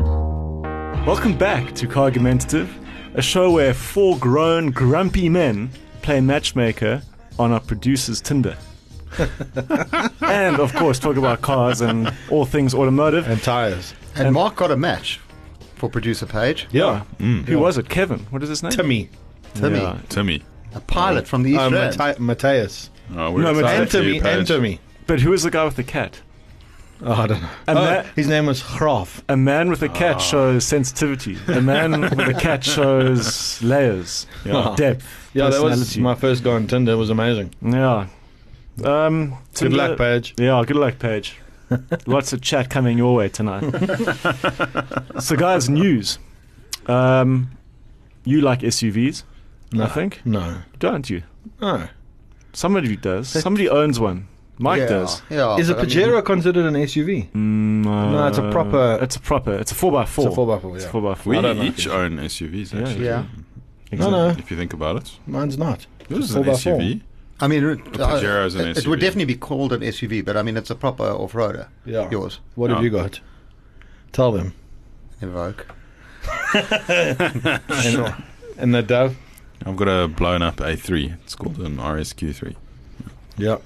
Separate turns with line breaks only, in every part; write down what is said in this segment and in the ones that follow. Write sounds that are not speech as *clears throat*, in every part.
Welcome back to Cargumentative, a show where four grown, grumpy men play matchmaker on our producer's
*laughs*
Tinder. and of course, talk about cars and all things automotive.
and tires.
And, Mark got a match for producer Page.
Yeah,
Who was it? Kevin. What is his name?
Timmy.
Timmy,
Yeah.
Timmy.
a pilot from the East
Uh,
Rand.
Mate- Mateus.
Oh, we're
No, but
excited
And
for you,
Timmy. And
Paige.
Timmy.
But who is the guy with the cat?
Oh, I don't know.
And
Oh,
that-
his name was Hraf.
A man with a
Ah.
cat shows sensitivity. A man
*laughs*
with a cat shows layers,
Yeah.
depth.
Yeah, that was
personality.
my first guy on Tinder. It was amazing.
Yeah. Um,
Good
Tinder-
luck, Paige.
Yeah, good luck,
*laughs*
Paige. Lots of chat coming your way tonight. so, guys, news. Um, you like SUVs,
No.
I think,
No.
don't you?
Oh.
Somebody does. Somebody owns one. Mike
yeah.
does.
Yeah,
Is a
but I mean,
Pajero considered an SUV?
No,
it's a proper-
uh, It's a proper. It's a four x four.
It's a 4x4,
It's
yeah.
a four x four.
We
I don't know.
each own SUVs,
Yeah,
actually.
yeah.
No, no.
If you think about it,
Mine's not.
yours is
a
an
4x4.
SUV.
I mean, it-
The Pajero is an
Uh, it, it would
SUV.
definitely be called an SUV, but I mean, it's a proper off-roader.
Yeah.
Yours,
What have
No.
you got? Tell them.
Evoque.
*laughs* Sure. And that dove?
I've got a blown up A3. It's called an RSQ3.
*laughs* Yeah.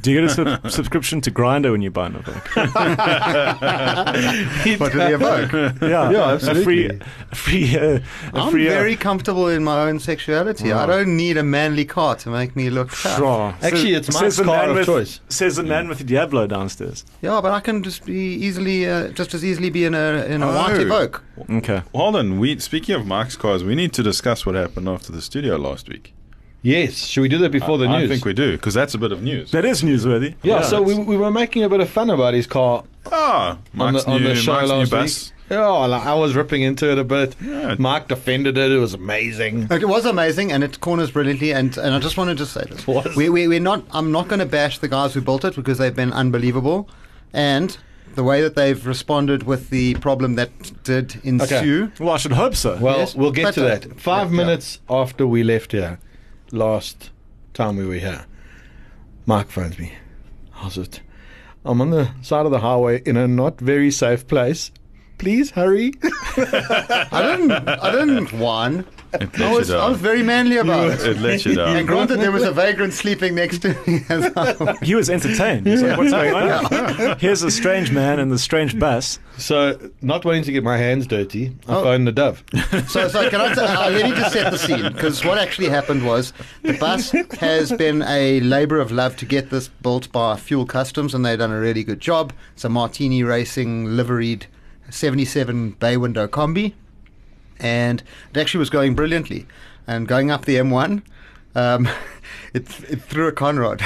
Do you get a
*laughs*
sub- subscription to Grinder when you buy an Evoque?
But the *laughs* Evoque.
Yeah,
Yeah,
A free,
absolutely.
a free, uh, a
I'm
free. uh,
very comfortable in my own sexuality. I don't need a manly car to make me look tough.
Sure.
Actually, it's my
Says the
car
man
of
with-
choice.
Says the man with the Diablo downstairs.
Yeah, but I can just be easily, uh, just as easily be in a in a white
Oh.
Evoque.
Okay.
Hold on. We speaking of Mike's cars, we need to discuss what happened after the studio last week.
Yes. Should we do that before the
I
news?
think we do because that's a bit of news.
That is newsworthy.
yeah, so we, we were making a bit of fun about his car
ah,
on
Mike's
the, on
new,
the show
Mike's new
last
bus.
week. Yeah, like, I was ripping into it a bit.
Yeah.
Mark defended it. It was amazing.
It was amazing, and it corners brilliantly. And, and I just wanted to say this: we, we, we're not. I'm not going to bash the guys who built it because they've been unbelievable, and the way that they've responded with the problem that did ensue.
Well, I should hope so.
Well,
Yes,
we'll get to
better.
that. Five
Yeah, yeah.
minutes after we left here, last time we were here, Mark phones me. How's it? I'm on the side of the highway in a not very safe place. Please hurry. *laughs*
I didn't. I
*laughs*
didn't whine.
It
I
let
was,
you
I was
down.
very manly about it.
*laughs* It
*laughs*
let you
And
down.
granted, there was
*laughs*
a vagrant sleeping next to me. As I,
he was entertained. He's like, what's going
*laughs*
on? Here's a strange man in the strange bus.
so, not wanting to get my hands dirty, I
Oh.
phoned the
*laughs*
Dove.
so, so can I? T- I really just set the scene because what actually happened was the bus has been a labour of love to get this built by Fuel Customs, and they've done a really good job. It's a Martini Racing liveried '77 bay window combi, and it actually was going brilliantly. And going up the M1, um, *laughs* it, it threw a Conrad.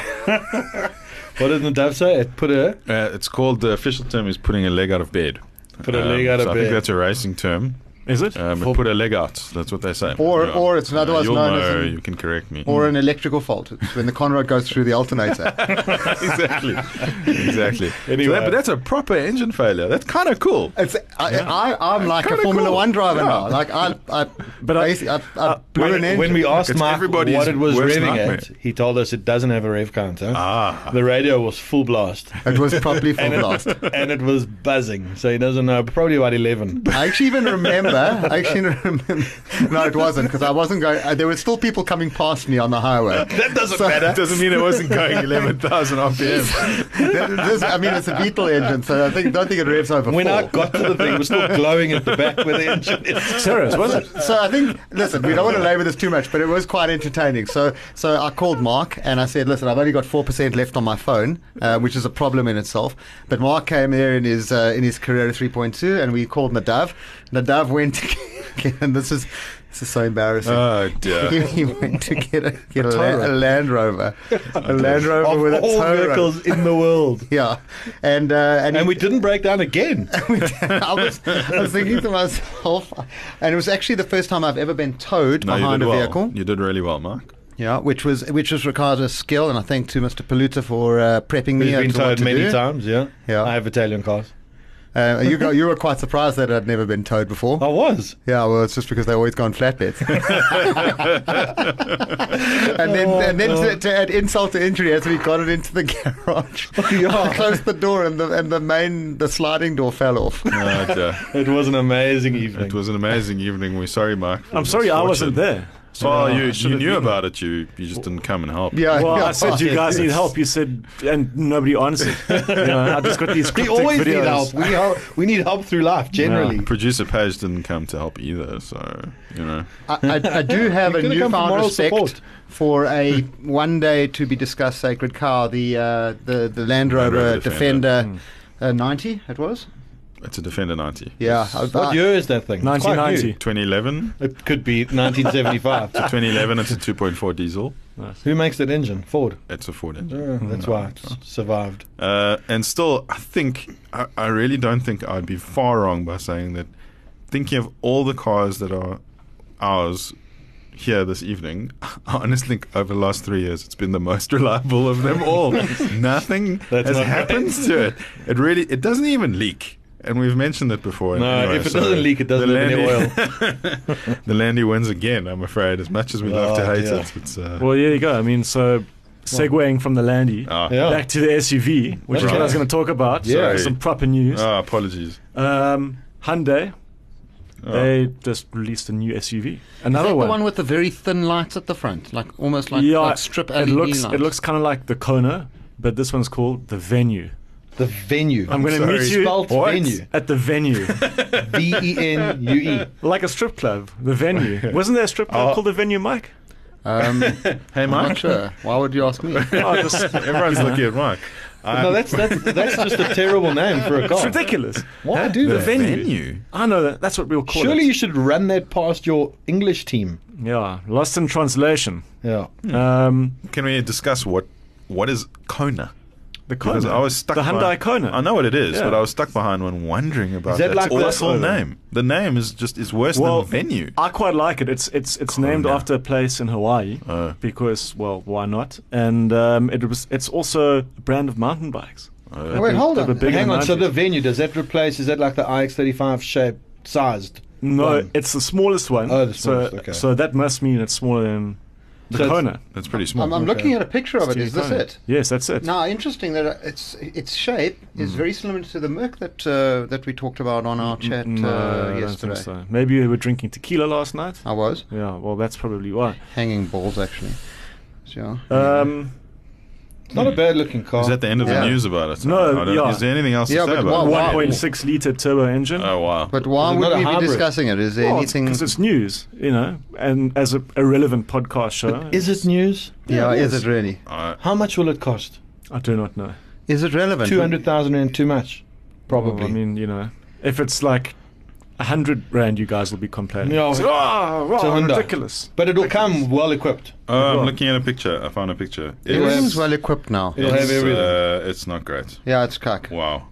What did the Dove say? It put a
Uh, it's called the official term is putting a leg out of bed. Um,
Put a leg out of
so I think
bed.
that's a racing term.
Is it?
Uh,
Um, it put a leg out. That's what they say.
Or- or it's another one's
you'll
known as
know,
an-
Uh, You can correct me.
*laughs* Or an *laughs* electrical fault It's when the Conrad goes through the alternator.
*laughs* exactly,
*laughs*
exactly.
Anyway.
So that- but that's a proper engine failure. That's kind of cool.
It's I, I, I'm like a
Kinda
Formula
cool.
One driver
Yeah.
now. Like I, I,
But
but
I-
I, I, I blew an
when,
engine.
when we asked
It's
Mark what
everybody's
it was
worst
revving
nightmare.
at, he told us it doesn't have a rev counter.
Ah.
*laughs*
The radio was full blast.
it was properly *laughs*
*laughs*
full blast.
and it was buzzing, so he doesn't know. Probably about
*laughs*
eleven.
I actually even remember. I actually remember. *laughs* No, it wasn't because I wasn't going. Uh, there were still people coming past me on the highway.
That doesn't
So- *laughs*
matter. *laughs* doesn't mean it wasn't going 11,000 RPM.
This- I mean, it's a Beetle engine, so I think don't think it revs over
When
four.
I got to the thing, it was still glowing at the back
*laughs*
where the engine is.
Serious, was
*laughs*
it?
so I think, listen, we don't want to labour this too much, but it was quite entertaining. So, so I called Mark and I said, listen, I've only got four percent left on my phone, uh, which is a problem in itself. But Mark came there in his uh, in his Carrera 3.2, and we called Nadav. Nadav went, to *laughs* get, and this is this is so embarrassing.
Uh.
*laughs*
Oh,
he,
dear.
he went to get a, get a, la- a Land Rover,
*laughs*
a Land Rover
Of
with a
all
tow rope.
vehicles in the world,
Yeah, and uh, and,
and
he-
we didn't break down
*laughs*
again.
I was, I was thinking to myself, and it was actually the first time I've ever been towed
No, you
behind
did
a
well.
vehicle.
You did really well, Mark.
Yeah, which was which was Ricardo's skill, and I thank to Mr. Paluta for uh, prepping me.
He's been
as to what
towed
to
many
do.
times. Yeah,
Yeah.
I have Italian cars.
Uh, you, go, you were quite surprised that it had never been towed before.
Oh.
I was. *laughs*
Yeah, well, it's just because they always go on
*laughs*
flatbeds. *laughs* and then, and then to, to add insult to injury, as we got it into the garage, *laughs* I closed the door and the and the main the sliding door fell off. *laughs*
No, it, uh,
It was an amazing evening.
it was an amazing evening. We're sorry, Mark. for
I'm sorry I wasn't
misfortune.
there.
Well,
I
you,
should
you
have
knew
been.
about it. You you just didn't come and help.
Yeah,
Well,
yeah.
I said you guys need help. You said, and nobody
*laughs*
answered. you know, I just got these
We
cryptic
always
videos.
need help. We, help. we need help through
*laughs*
life, generally.
Producer Page didn't come to help either, so you know.
I, I,
*laughs*
I do have a
could've come for
newfound
moral
respect
support.
for a one day to be discussed sacred cow, the uh, the the Land
Land
Rover,
Rover Defender.
Defender, uh, ninety. It was.
It's a Defender 90.
Yeah, I-
What
I-
year is that thing? It's quite
1990.
2011.
new. It could be
*laughs*
1975.
2011. It's a 2.4 diesel.
Who makes that engine? Ford.
It's a Ford
Uh,
engine.
that's why it s- survived.
Uh, and still, I think I, I really don't think I'd be far wrong by saying that. Thinking of all the cars that are ours here this evening, *laughs* I honestly think over the last three years it's been the most *laughs* reliable of them all. Nothing
*laughs* That's
has
not
happened to it. It really it doesn't even leak. And we've mentioned it before.
No,
Anyway,
if it
so
doesn't leak, it doesn't
the
have any
Landy- *laughs* the Landy wins again, I'm afraid. As much as we love to
Oh,
hate
dear.
it, it's uh,
Well, there you go. I mean, so segueing from the Landy
ah,
Yeah.
back to the SUV, which is what
Right.
I was going to talk about.
Oh. Yeah. Oh.
So some proper news.
ah, apologies.
Um, Hyundai,
Oh.
Ah.
they just released a new SUV.
Is
Another
that
one.
the one with the very thin lights at the front, like almost like,
yeah,
like strip LED
it looks
lights.
it looks *laughs* kind of like the Kona, but this one's called the Venue.
The venue.
I'm going to
Sorry,
meet you
spelt
*laughs*
What? venue.
at the
*laughs*
venue,
V E N U E.
like a strip club. The
*laughs*
venue wasn't there a strip club
Oh.
called the Venue, Mike?
Um,
Hey,
I'm not
Mike.
sure. Why would you ask me?
*laughs* Oh, just,
*laughs* Everyone's looking at Mike.
No, that's, that's that's just
*laughs*
a terrible name for a
Oh.
it's
car.
ridiculous.
Why do
The
that?
venue. I know that. That's what we'll call
Surely
it.
you should run that past your English team.
Yeah, lost in translation.
Yeah.
Um,
Can we discuss what what is Kona?
the
Because
Kona.
I was stuck.
the Hyundai
behind-
Kona.
I know what it is,
Yeah.
but I was stuck behind one, wondering about
Is that
that
like the-
awful
Crossover.
name. The name is just is worse
Well,
than venue.
I quite like it. It's it's it's named
Kona.
after a place in Hawaii
Oh.
because well, why not? And um, it was it's also a brand of mountain bikes.
Uh,
Wait, hold
They're
on.
bigger
Hang
than
on. So the
90s.
venue does that replace? Is that like the IX35 shape sized?
No,
one?
it's the smallest one.
Oh, the smallest,
So,
okay.
so that must mean it's smaller than the
So it's-
Kona.
that's pretty
*laughs*
small.
I'm, I'm looking at a picture of it. Is this
Kona.
it?
Yes, that's it.
Now, interesting that uh, its its shape is
Hmm.
very similar to the Merc that uh, that we talked about on our chat
No, I
uh,
don't
yesterday. Oh,
think so. Maybe you were drinking tequila last night.
I was
Yeah, well, that's probably why.
hanging balls actually. So,
Um,
It's not a bad looking car.
is that the end of
Yeah.
the news about it?
No,
I don't-
yeah.
Is there anything else
Yeah,
to say
but
about
why-
it?
1.6 liter turbo engine.
Oh wow!
but why
Is it
would
not a
we be
hybrid?
discussing it? Is there
Well,
anything?
Because it's news, you know, and as a, a relevant podcast show.
Is it news?
yeah,
Yeah, it
is
is.
it really?
I-
How much will it cost?
I do not know.
Is it relevant?
Two hundred thousand and too much, probably.
Well, Oh, I mean, you know, if it's like a hundred rand, you guys will be complaining.
No,
It's, "Ah, wow,
it's a Hyundai."
ridiculous.
but it'll come well equipped.
oh, I'm
Well.
looking at a picture. I found a picture. It
Everything's
is.
well equipped now.
Yeah. It'll have
it's,
everything.
uh, it's not great.
Yeah, it's cuck.
Wow.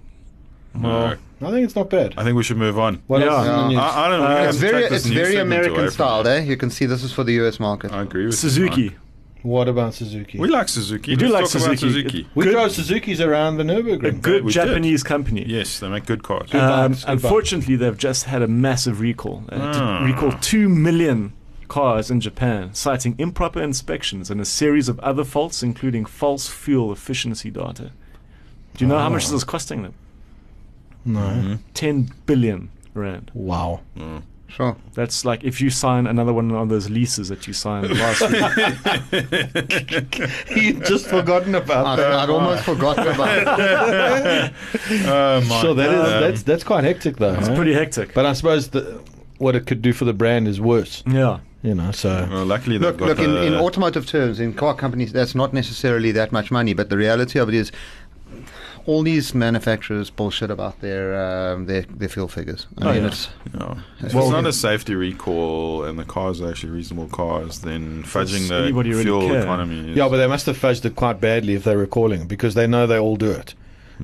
Well,
No.
I think it's not bad.
I think we should move on.
What
Yeah.
else is in the
Yeah.
news?
I, I don't know.
Uh,
we
It's
have to
very
take this
it's
new
very
segment away
American
from
styled,
it.
eh? You can see this is for the US market.
I agree with you,
Suzuki.
Mark.
What about Suzuki?
We like Suzuki.
You do
Let's
like
talk about
Suzuki.
Suzuki.
We
Good-
drove Suzukis around the Nürburgring.
a good
we did.
Japanese company.
Yes, they make good cars.
Uh,
Um,
vibes, good
unfortunately, they've just had a massive recall. They had to
Ah.
recall two million cars in Japan, citing improper inspections and a series of other faults, including false fuel efficiency data. Do you know how much this is costing them?
No.
Mm-hmm.
Ten billion rand.
Wow. *laughs*
Sure.
That's like if you sign another one of those leases that you signed last
*laughs*
week. *laughs*
You've just forgotten about
I'd,
that.
I'd almost forgotten
*laughs*
*laughs*
about it.
Oh, my
So that is
God.
that's that's quite hectic though.
It's
huh?
pretty hectic.
But I suppose the, what it could do for the brand is worse.
yeah.
You know. So
Well, luckily they've
Look,
got
look in,
the,
in automotive terms, in car companies, that's not necessarily that much money, but the reality of it is all these manufacturers bullshit about their um, their, their fuel figures. I
Oh,
mean,
yeah.
it's,
you know, if
Well,
it's not
in-
a safety recall and the cars are actually reasonable cars, then
Does
fudging
anybody
the
really
fuel
care?
economy. Is,
yeah, but they must have fudged it quite badly if they were calling because they know they all do it.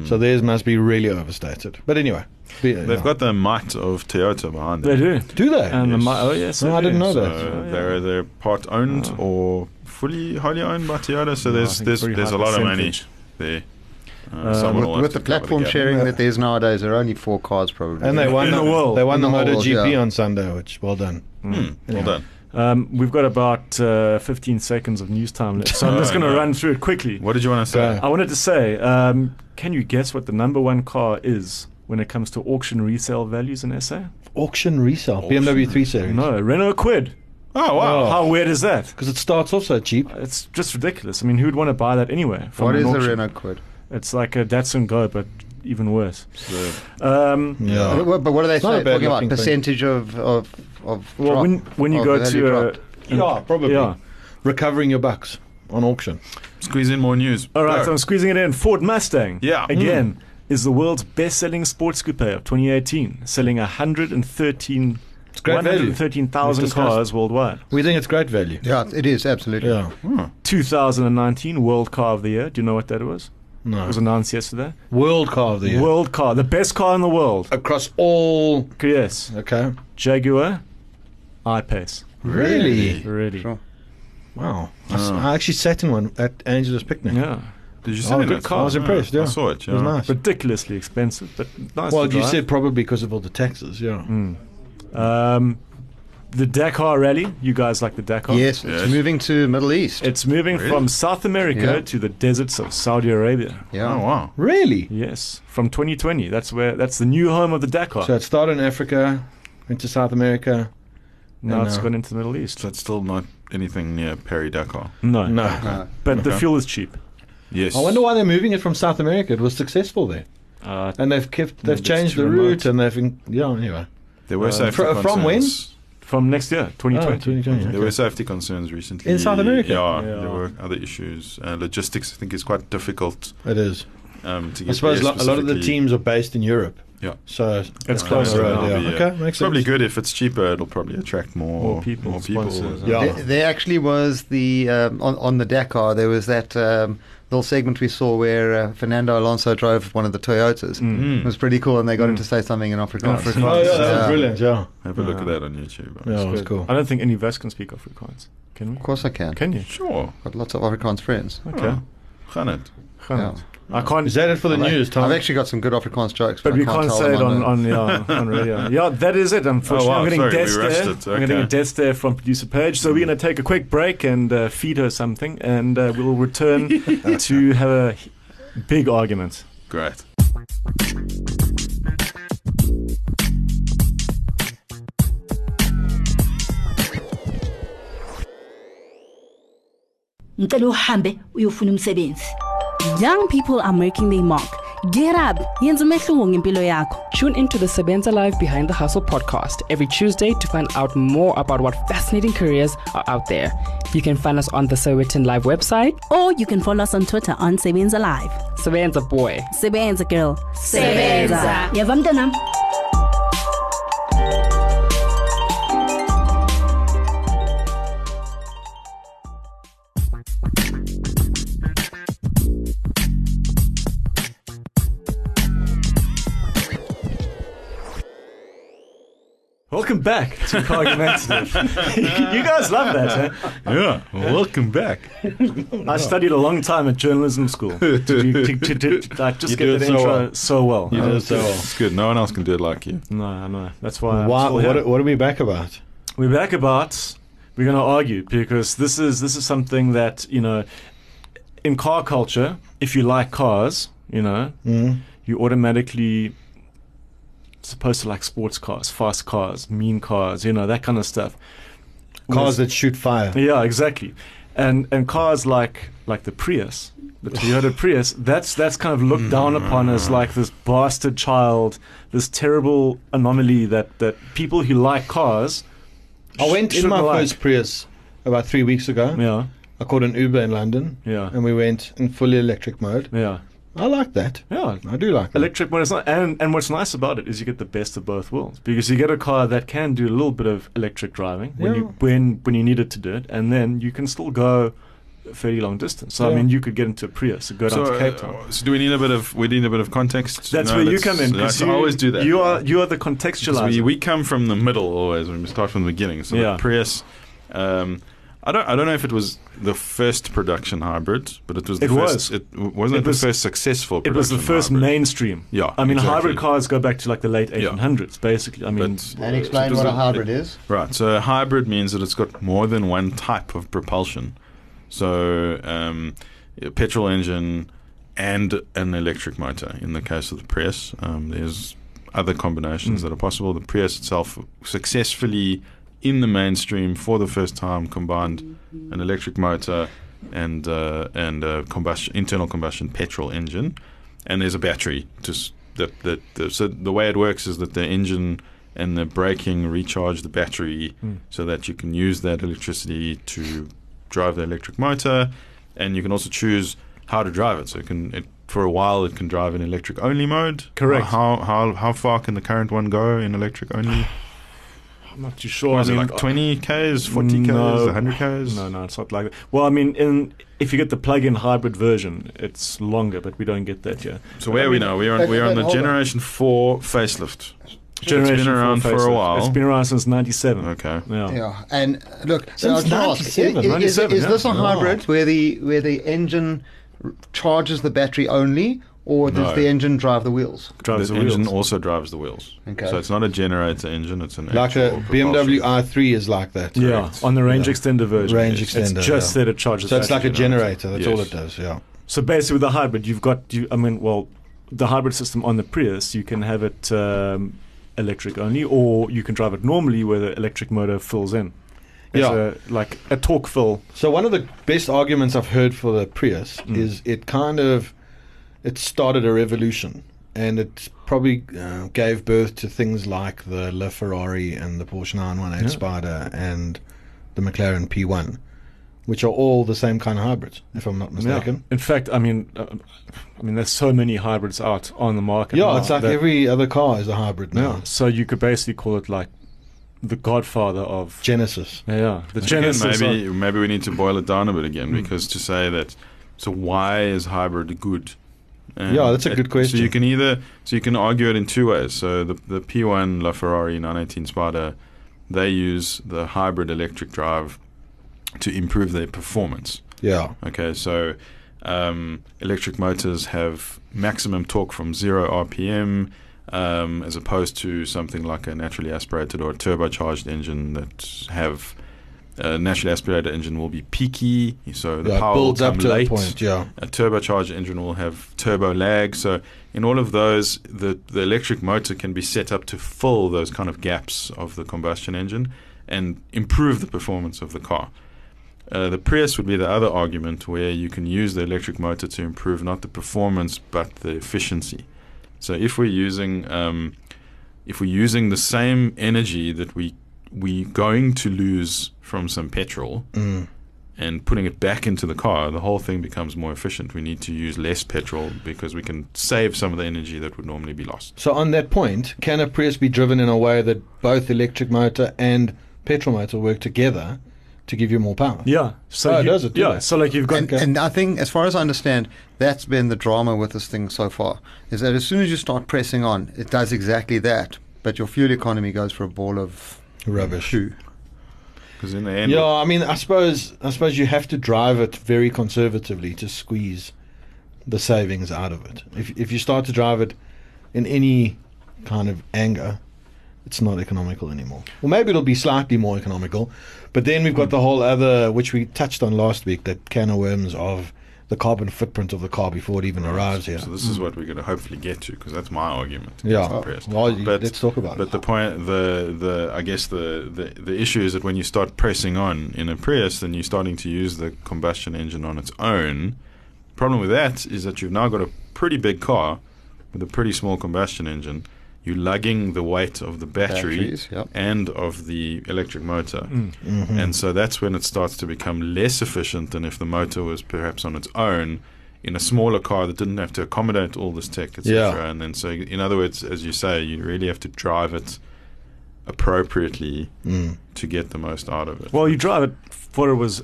So theirs must be really overstated. But anyway, be-
Mm-hmm. they've
yeah.
got the might of Toyota behind
They
them.
do.
do they?
And the mi- oh yes.
No,
they
I
do.
didn't know
So
that.
Oh, yeah.
they're they're part owned or fully wholly owned by Toyota. So
No, I
there's
think
there's
it's very
there's
high
a lot of money
percentage.
there. Uh, someone will
With,
have
with
to
the
cover
platform
gap.
sharing that there's nowadays, there are only four cars probably.
And they won
in
the,
the world.
They won
In
the,
the world,
MotoGP
yeah.
on Sunday, which well done.
Hmm, well done.
Um, we've got about uh, 15 seconds of news time left, so I'm just
*laughs*
Oh,
going to
no.
run through it quickly.
What did you want to say?
Uh,
I wanted to say, um, can you guess what the number one car is when it comes to auction resale values in SA?
Auction resale BMW 3 Series.
No, Renault Quid.
oh wow!
Oh.
How weird is that?
because it starts off so cheap.
It's just ridiculous. I mean, who'd want to buy that anyway? from
What
an
is a
auction?
Renault Quid?
It's like a Datsun Go, but even worse.
So,
Um,
Yeah.
But but Uh, what are they
It's not a
say-
bad
talking about?
looking thing.
Percentage of of of
Well,
drop,
when when you
of
go
Oh, value
to uh, a,
dropped.
Yeah, probably.
yeah.
Recovering your bucks on auction.
squeeze in more news.
All right,
Go.
so I'm squeezing it in. Ford Mustang.
Yeah.
Hmm.
Again, is the world's best-selling sports coupe of 2018, selling 113
great value.
113,000
We've discussed.
cars worldwide.
We think it's great value.
yeah, it is absolutely.
Yeah.
2019 World Car of the Year. Do you know what that was? It
No.
was announced yesterday.
World car of the year.
World Car, the best car in the world.
Across all.
Yes,
Okay.
Jaguar, I-Pace.
Really?
Really? Oh.
Sure.
Wow. I s- I actually sat in one at Angela's picnic.
Yeah.
Did you see
Oh,
that?
good car. I was impressed. Yeah.
I saw it. Yeah.
It was nice.
Ridiculously expensive, but nice.
well,
to
you
drive.
said probably because of all the taxes. Yeah.
Mm. Um, the Dakar Rally. You guys like the Dakar?
Yes,
Yes.
it's moving to Middle East.
It's moving
Really?
from South America
Yeah.
to the deserts of Saudi Arabia.
yeah.
Oh wow!
Really?
Yes, from 2020. That's where. That's the new home of the Dakar.
So it started in Africa, went to South America.
now it's
no.
gone into the Middle East.
So it's still not anything near Perry Dakar.
No,
No.
Uh,
But the
Okay.
fuel is cheap.
Yes.
I wonder why they're moving it from South America. It was successful there,
Uh,
and they've kept they've
Maybe it's
changed
too
the
remote.
route, and they've in, yeah. Anyway,
there were
Uh,
safety
Um, fr-
concerns.
from when?
from next year, 2020.
2020,
There
Oh, okay.
were safety concerns recently
In South America?
Yeah,
Yeah.
there were other issues. Uh, logistics, I think, is quite difficult
It
E
is.
um, to get.
I suppose
there
lo- a lot of the
specifically.
teams are based in Europe.
Yeah.
So
It's
Yeah.
closer
Yeah.
now.
Yeah.
It'll be, uh,
Okay, makes
it's probably
sense.
good if it's cheaper. It'll probably attract more
More people,
More people.
sponsors,
Yeah.
There, there actually was the um, on on the Dakar. There was that um, little segment we saw where uh, Fernando Alonso drove one of the Toyotas.
Mm.
Mm.
It was pretty cool, and they got him
Mm.
to say something in Afrikaans.
Afrikaans.
Oh yeah, that was
Yeah.
brilliant. Yeah.
Have a look
Yeah.
at that on YouTube.
Yeah, it was
Good.
cool.
I don't think any of us can speak Afrikaans. Can we?
Of course, I can.
Can you?
Sure.
Got lots of Afrikaans friends.
Okay.
Oh, gaan it.
Can't. I can't.
Is that it for the
I've ac-
news, Tom?
I've actually got some good Afrikaans jokes,
But
I
we can't,
tell
say it
them
on,
the-
on, yeah, on radio. Yeah, that is it. Unfortunately,
Oh, wow,
I'm getting
sorry, we
death
rushed
stare.
it,
I'm getting a
okay.
death stare from producer Page. So we're going to take a quick break and uh, feed her something, and uh, we'll return to have a big argument.
Great.
ngicela uhambe uyofuna umsebenzi
Young people are making their mark. Get up. Yenza umehluko ngempilo yakho.
Tune into the Sebenza Live Behind the Hustle podcast every Tuesday to find out more about what fascinating careers are out there. You can find us on the Sowetan Live website,
Or you can follow us on Twitter on Sebenza Live.
Sebenza Boy.
Sebenza girl. Sebenza.
yava mntanam
Welcome back to Cargumentative. *laughs* you guys love that, eh?
Yeah. Welcome back.
I studied a long time at journalism school. To, do- to, to, to, to- I just
You
get
do
that
it so
intro
well.
so well.
You did so well.
It's good. No one else can do it like you.
No, I know. That's why. I'm
Wow,
still here.
what, are- what are we back about?
We're back about we're going to argue because this is this is something that you know in car culture. If you like cars, you know
Mm.
you automatically supposed to like sports cars, fast cars, mean cars, you know that kind of stuff.
Cars that shoot fire.
yeah, exactly, and and cars like like the Prius, the
*laughs*
Toyota Prius. That's that's kind of looked down upon as like this bastard child, this terrible anomaly that that people who like cars.
I went in
shouldn't
my
like.
first Prius about three weeks ago.
Yeah,
I caught an Uber in London,
yeah.
and we went in fully electric mode.
Yeah,
I like that.
yeah.
I do like that.
Electric motor, and and what's nice about it is you get the best of both worlds because you get a car that can do a little bit of electric driving when you
Yeah.
when when you need it to do it, and then you can still go a fairly long distance. So I
Yeah.
mean, you could get into a Prius, go down
So,
to Cape Town.
uh, so do we need a bit of we need a bit of context?
That's
No,
where you
let's-
come in.
let's-
'cause
I
you-
always do that.
You are you are the
'Cause
contextualizer.
we, we come from the middle always. We must start from the beginning. So
Yeah.
the Prius, um, I don't. I don't know if it was the first production hybrid, but it was. The
It was.
first, It w- wasn't
It
it,
was-
the first successful.
It was the
production
first
hybrid.
mainstream.
Yeah,
I mean,
exactly.
hybrid cars go back to like the late 1800s, basically. I mean,
But-
And explain
It was
what a
a-
hybrid is.
Right. So a hybrid means that it's got more than one type of propulsion. So um, a petrol engine and an electric motor. In the case of the Prius, um, there's other combinations that are possible. The Prius itself successfully in the mainstream for the first time combined an electric motor and uh, and a combustion internal combustion petrol engine, and there's a battery. Just that that the, so the way it works is that the engine and the braking recharge the battery
Hmm.
so that you can use that electricity to drive the electric motor, and you can also choose how to drive it. So it can it, for a while it can drive in electric only mode.
Correct.
How how how far can the current one go in electric only?
I'm not too sure.
Or is
I
it
mean,
like uh, 20 k's, 40 k's,
No.
100 k's?
No, no, it's not like that. Well, I mean, in if you get the plug-in hybrid version, it's longer, but we don't get that yet.
So where are we now? We're on,
But-
we're on
but
the
hold on.
Generation 4 facelift.
Generation
it's been
four
around for a
facelift.
while.
It's been around since '97.
Okay.
Yeah.
Yeah, and uh, look, so I was
Since
gonna ask, i- i-
97,
is, is,
97, yeah.
this a
Wow.
hybrid where the where the engine r- charges the battery only, or does
No.
the engine drive the wheels?
Drives
the,
the,
engine
wheels.
also drives the wheels.
Okay.
So it's not a generator engine, it's an
Like
actual
a BMW
propulsion.
i3 is like that.
Yeah, on the range extender version.
Range extender,
It's just
yeah.
that it charges.
So it's like a
battery, you know.
generator. That's
Yes.
all it does. Yeah.
So basically, with the hybrid, you've got. You, I mean, well, the hybrid system on the Prius, you can have it um, electric only, or you can drive it normally where the electric motor fills in. It's
Yeah.
a- like a torque fill.
So one of the best arguments I've heard for the Prius is it kind of it started a revolution, and it probably uh, gave birth to things like the LaFerrari and the Porsche 918 Spider and the McLaren P1, which are all the same kind of hybrids, if I'm not
Yeah.
mistaken.
In fact, I mean, uh, I mean, there's so many hybrids out on the market.
Yeah,
now
it's like
that-
every other car is a hybrid now.
Yeah. So you could basically call it like the Godfather of.
Genesis.
yeah, the *laughs*
Again,
Genesis.
maybe, maybe we need to boil it down a bit again
Hmm.
because to say that, so why is hybrid good? And
Yeah, that's a good
So you
question.
can either so you can argue it in two ways. So the the P1 LaFerrari 918 Spider, they use the hybrid electric drive to improve their performance.
Yeah.
Okay, so um, electric motors have maximum torque from zero RPM, um, as opposed to something like a naturally aspirated or a turbocharged engine that have a naturally aspirated engine will be peaky, so the
yeah,
power
it builds
will come
up to
late.
that point. Yeah.
A turbocharged engine will have turbo lag. So in all of those, the the electric motor can be set up to fill those kind of gaps of the combustion engine and improve the performance of the car. Uh, the Prius would be the other argument where you can use the electric motor to improve not the performance but the efficiency. So if we're using um, if we're using the same energy that we we going to lose from some petrol and putting it back into the car, the whole thing becomes more efficient. We need to use less petrol because we can save some of the energy that would normally be lost.
So on that point, can a Prius be driven in a way that both electric motor and petrol motor work together to give you more power?
Yeah. So
Oh, it
you-
does it, do
yeah.
they?
So like you've got.
And, and I think, as far as I understand, that's been the drama with this thing so far. Is that as soon as you start pressing on, it does exactly that, but your fuel economy goes for a ball of
Rubbish.
poo.
Because in the end,
Yeah, I mean, I suppose I suppose you have to drive it very conservatively to squeeze the savings out of it. If if you start to drive it in any kind of anger, it's not economical anymore. Well, maybe it'll be slightly more economical, but then we've got the whole other which we touched on last week, that can of worms of the carbon footprint of the car before it even arrives here.
So this is what we're going to hopefully get to because that's my argument.
Yeah.
It's the press.
Well, you- let's talk about
But
it.
the point, the the I guess the, the the issue is that when you start pressing on in a Prius, then you're starting to use the combustion engine on its own. Problem with that is that you've now got a pretty big car with a pretty small combustion engine. You're lugging the weight of the battery
Batteries, yep.
and of the electric motor.
Hmm.
And so that's when it starts to become less efficient than if the motor was perhaps on its own in a smaller car that didn't have to accommodate all this tech, etc.
Yeah.
And then, so in other words, as you say, you really have to drive it appropriately to get the most out of it.
Hmm. Well, you drive it for what it was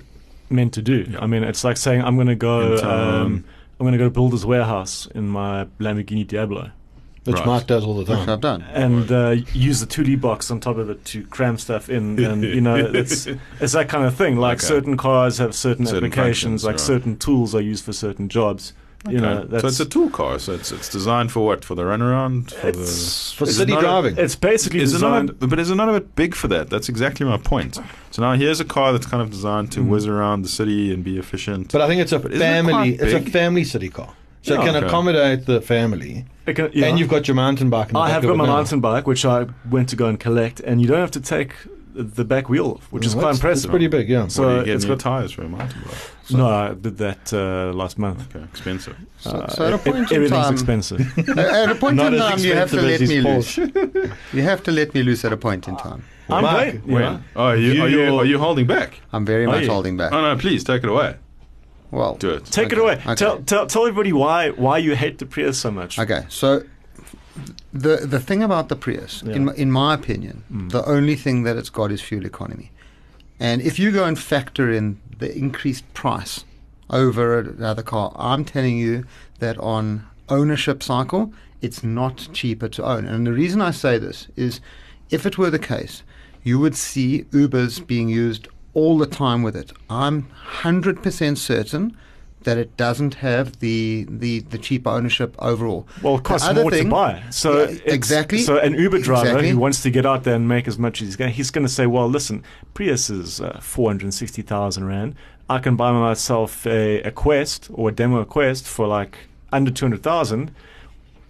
meant to do. I mean, it's like saying I'm going to go.
In town.
Um, I'm going to go to Builder's Warehouse in my Lamborghini Diablo.
which
Right.
Mark does all the
Which
time.
I've done.
and uh, use the 2D box on top of it to cram stuff in, and you know,
*laughs*
it's it's that kind of thing. Like
Okay.
certain cars have certain,
Certain
applications,
functions,
like
right.
certain tools are used for certain jobs. You know, uh, that's
so it's a tool car. So it's it's designed for what? For the runaround? For
it's-
the
For
it's
city
not a-
driving.
it's basically
is
designed.
another, but is another bit big for that? That's exactly my point. So now here's a car that's kind of designed
Hmm.
to whiz around the city and be efficient.
But I think it's a
But isn't it
family.
quite
it's a
big?
family city car, so
Yeah,
it can
okay.
accommodate the family.
it can- yeah.
And you've got your mountain bike. In the
I
back
have
of
got
it
my
now.
mountain bike, which I went to go and collect, and you don't have to take the back wheel off, which
Yeah,
is quite
that's-
impressive.
It's pretty big, yeah.
So-
what do you
uh, it's
get new
got-
tires for a mountain bike?
no, I did that uh, last month.
Okay, expensive.
So,
Uh,
so at a
e-
point in
everything's
time, *laughs*
expensive.
at a point
Not
in
as
time, you have to
expensive
let
as
me
his
loose. *laughs* You have to let me loose at a point in time.
I'm
Mark,
great, you
When?
know.
Oh, are you, are you
You're-
are you holding back?
I'm very much
you?
holding back.
Oh no, please take it away.
Well,
Do it.
Take it
Okay,
away.
okay.
Tell, tell tell everybody why why you hate the Prius so much.
Okay, so the the thing about the Prius, in
Yeah.
in my opinion,
Mm.
the only thing that it's got is fuel economy, and if you go and factor in the increased price over another car, I'm telling you that on ownership cycle, it's not cheaper to own. And the reason I say this is, if it were the case, you would see Ubers being used all the time with it. I'm hundred percent certain. That it doesn't have the, the, the cheaper ownership overall.
Well,
The
it costs
other
more
thing-
to buy. So
Yeah,
it's-
exactly.
So an Uber driver
Exactly.
who wants to get out there and make as much as he's going, he's going to say, "Well, listen, Prius is uh, four hundred sixty thousand rand. I can buy myself a, a Quest or a demo Quest for like under two hundred thousand.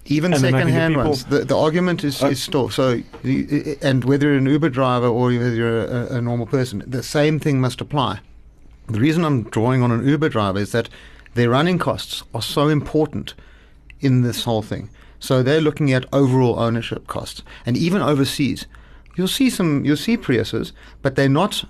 even
and then I can get
second-hand
people- Uh,
ones. The, the argument is, is still so. you- And whether you're an Uber driver or whether you're a, a normal person, the same thing must apply. The reason I'm drawing on an Uber driver is that their running costs are so important in this whole thing. So they're looking at overall ownership costs, and even overseas, you'll see some, you'll see Priuses, but they're not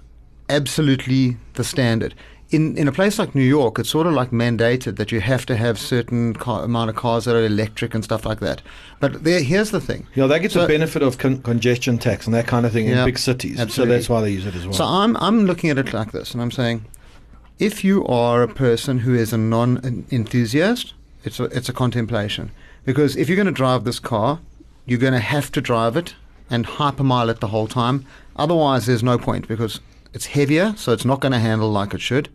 absolutely the standard. In in a place like New York, it's sort of like mandated that you have to have certain car, amount of cars that are electric and stuff like that. But there, here's the thing.
You know, they get
So-
the benefit of con- congestion tax and that kind of thing
Yeah,
in big cities.
absolutely.
So that's why they use it as well.
So I'm I'm looking at it like this, and I'm saying, if you are a person who is a non enthusiast, it's a it's a contemplation because if you're going to drive this car, you're going to have to drive it and hypermile it the whole time. Otherwise, there's no point because it's heavier, so it's not going to handle like it should.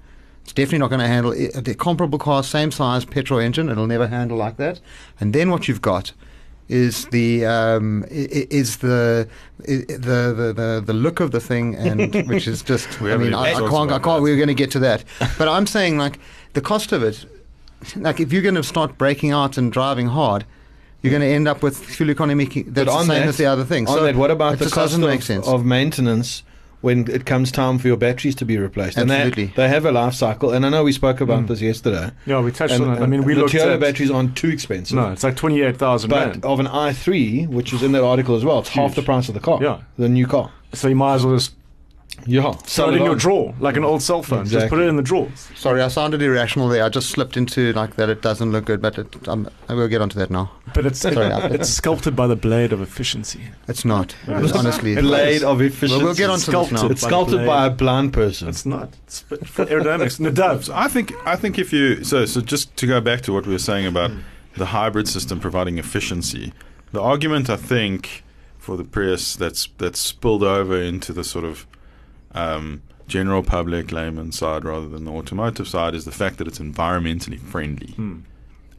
It's definitely not going to handle it. The comparable car, same size, petrol engine, it'll never handle like that. And then what you've got is the um, i- i- is the, i- the the the the look of the thing,
*laughs*
and which is just.
We
I
haven't
mean,
even
I, I
talked
can't. I
about
can't.
that.
We're going to get to that, but I'm saying like the cost of it. Like if you're going to start breaking out and driving hard, you're going to end up with fuel economy ki-
But
that's the
on
same
that-
as the other thing.
on
so
that, what about
it
the
just
cost
doesn't
of,
make sense?
of maintenance when it comes time for your batteries to be replaced?
Absolutely.
And they, they have a life cycle, and I know we spoke about this yesterday.
Yeah, we touched
And-
on it. Mm. I
and
mean, we
the
looked
Toyota
at
batteries aren't too expensive.
no, it's like twenty eight thousand
But
rand.
of an i3, which is in that article as well, it's half the
Huge.
price of the car.
Yeah.
The new car.
So you might as well just
Yeah.
throw
Sell
it in your
on.
drawer like an old cell phone. Just put
Exactly.
it in the drawer.
Sorry, I sounded irrational there. I just slipped into like that. It doesn't look good, but it, um, we'll get onto that now.
But it's
Sorry, I-
it's sculpted by the blade of efficiency.
It's not. It's honestly,
A blade of efficiency.
Well, we'll get onto this now.
Sculpted.
It's sculpted by a blind person.
It's not it's for aerodynamics. Nadav,
I think I think if you so so just to go back to what we were saying about the hybrid system providing efficiency, the argument I think for the Prius that's that's spilled over into the sort of um, general public layman side rather than the automotive side is the fact that it's environmentally friendly,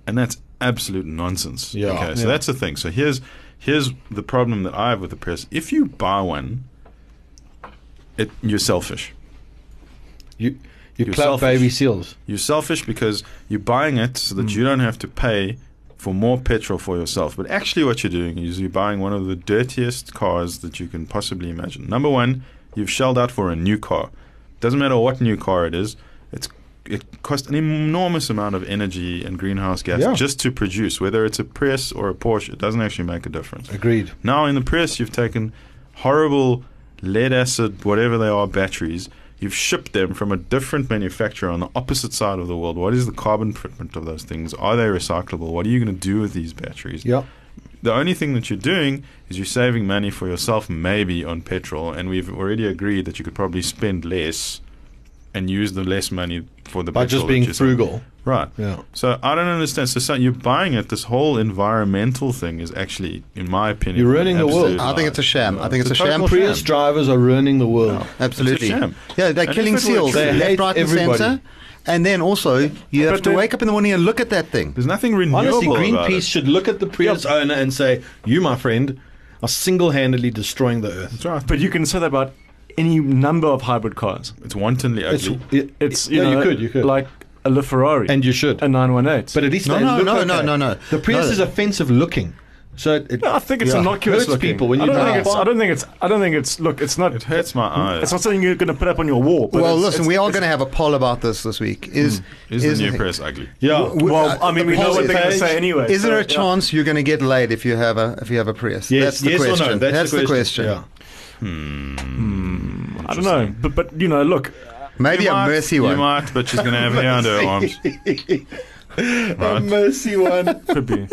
and that's absolute nonsense.
Yeah.
Okay, so
Yeah.
that's the thing. So here's here's the problem that I have with the Prius. If you buy one, it you're selfish.
You, you
You're
club
selfish.
baby seals.
You're selfish because you're buying it so that you don't have to pay for more petrol for yourself. But actually, what you're doing is you're buying one of the dirtiest cars that you can possibly imagine. Number one, you've shelled out for a new car. Doesn't matter what new car it is. It's it costs an enormous amount of energy and greenhouse gas
Yeah.
just to produce. Whether it's a Prius or a Porsche, it doesn't actually make a difference.
Agreed.
Now in the press, you've taken horrible lead acid, whatever they are, batteries. You've shipped them from a different manufacturer on the opposite side of the world. What is the carbon footprint of those things? Are they recyclable? What are you going to do with these batteries?
Yeah.
The only thing that you're doing is you're saving money for yourself, maybe on petrol, and we've already agreed that you could probably spend less and use the less money for the
by
petrol
just
that
being
you save.
frugal.
Right.
Yeah.
So I don't understand. So, so you're buying it. This whole environmental thing is actually, in my opinion,
You're ruining
an
the world.
absolute
I think
lie.
it's a sham. I think it's,
It's
a
a
sham.
total
Prius
sham.
drivers are ruining the world.
Absolutely.
It's a sham.
Yeah, they're
And
killing
if it were
seals
true- They
left,
hate
right, and
everybody.
center. And then also, you have
But
to
they-
wake up in the morning and look at that thing.
There's nothing renewable.
Honestly,
about
Greenpeace
it.
should look at the Prius owner and say, "You, my friend, are single-handedly destroying the earth."
That's right.
But you can say that about any number of hybrid cars.
It's wantonly
It's,
ugly.
it-
It's you
yeah,
know
you could, you could,
like a LaFerrari
and you should.
a 918.
but at least
No,
they
no,
look
no,
okay.
no, no, no.
The Prius
No.
is offensive-looking, so it, it-
No, I think it's
Yeah.
innocuous
Hurts
looking.
people when
I
you
don't think
drive.
it's. I don't think it's. I don't think it's. Look, it's not.
it hurts my eyes.
Hmm? It's not something you're going to put up on your wall. But
well,
it's-
listen,
it's-
we are going to have a poll about this this week. Is
is, the new press ugly?
yeah.
w-
Well,
uh,
I mean, we
the
know
poll
what they're going to
is-
say anyway.
Is
so,
there a
yeah.
chance you're going to get laid if you have a if you have a Prius?
Yes,
That's the
yes
question.
or no? That's, the question.
I don't know. But but you know, look,
Maybe
You
a
might-
mercy
You
one.
might, but she's going
*laughs*
to have hair under her arms.
Yeah. A
Right.
mercy one.
could be.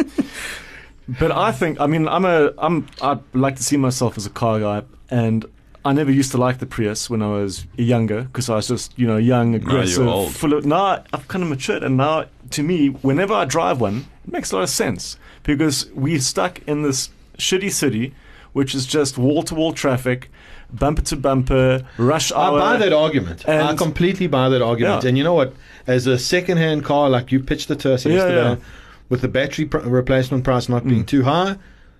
but I think. I mean, I'm a. I'm. I like to see myself as a car guy, and I never used to like the Prius when I was younger because I was just you know young, aggressive,
old.
full of. Now I've kind of matured, and now to me, whenever I drive one, it makes a lot of sense because we're stuck in this shitty city, which is just wall to wall traffic, bumper to bumper, rush
I
hour.
buy that argument. I
and-
completely buy that argument.
Yeah.
And you know what? As a second-hand car, like you pitched it to us
Yeah,
yesterday,
yeah. Mm.
with the battery pr- replacement price not being too high,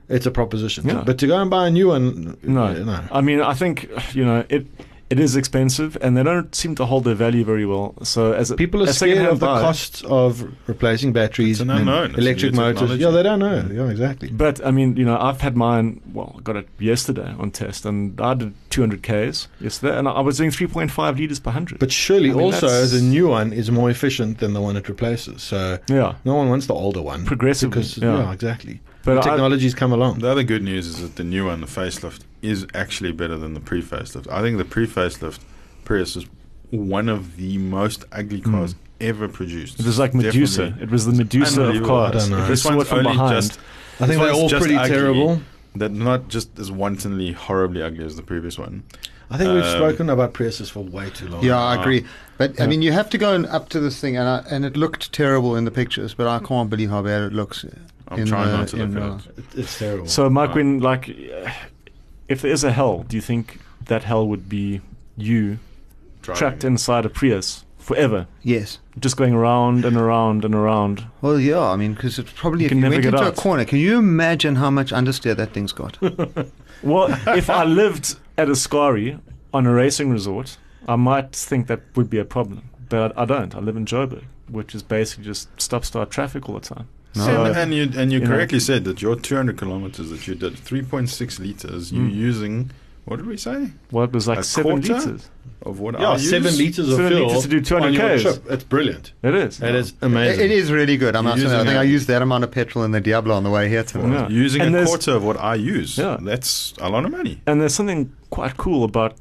it's a proposition.
Yeah.
But to go and buy a new one,
No,
uh,
I mean, I think you know it. It is expensive, and they don't seem to hold their value very well. So as a,
People are
as
scared
secondhand
of the
buyer-
costs of replacing batteries
It's an
and
unknown. It's a
electric
new
motors.
technology.
Yeah, they don't know. Yeah, exactly.
But I mean, you know, I've had mine. Well, I got it yesterday on test, and I did 200 k's yesterday, and I was doing 3.5 liters per hundred.
But surely
I mean,
also
that's-
the new one is more efficient than the one it replaces. So
yeah,
no one wants the older one.
Progressively,
Because,
yeah.
yeah. exactly.
but I,
Technology's come along.
The other good news is that the new one, the facelift, is actually better than the pre-facelift. I think the pre-facelift Prius is one of the most ugly cars ever produced.
it was Hmm. like Medusa.
Definitely.
It was the Medusa of
Unbelievable.
cars.
I don't know.
It
This
just saw it
one's
from
only
behind.
just
I think
this
they're
one's
all
just
pretty
ugly.
terrible.
that not just as wantonly horribly ugly as the previous one.
I think we've
Um,
spoken about Priuses for way too long.
Yeah, I
Ah.
agree. But I mean, you have to go and up to this thing, and I, and it looked terrible in the pictures, but I can't believe how bad it looks.
I'm
in
trying
the-
not to
in
look
the-
at it.
It- It's terrible.
So, Mike, when like, if there is a hell, do you think that hell would be you
Driving.
trapped inside a Prius forever?
Yes.
just going around and around and around.
Well, yeah. I mean, because it's probably
You
if
can
you
never
went
get
into a
out.
corner, can you imagine how much understeer that thing's got?
Well, if I lived at Ascari on a racing resort, I might think that would be a problem. But I don't. I live in Joburg, which is basically just stop-start traffic all the time.
Sam, and you and you,
you know.
correctly said that your 200 kilometers that you did 3.6 liters. You're
Mm.
using what did we say
Well, it was like
A
seven
quarter?
liters.
of what?
yeah,
I
seven
use?
liters of
seven
fuel
litres to do 200
on your
Ks.
trip. It's brilliant.
It is.
It is
it
amazing.
it is really good. I must
using
admit, I think
a-
I used that amount of petrol in the Diablo on the way here tonight.
Yeah.
Using
And
a
there's-
quarter of what I use.
Yeah.
That's a lot of money.
And there's something quite cool about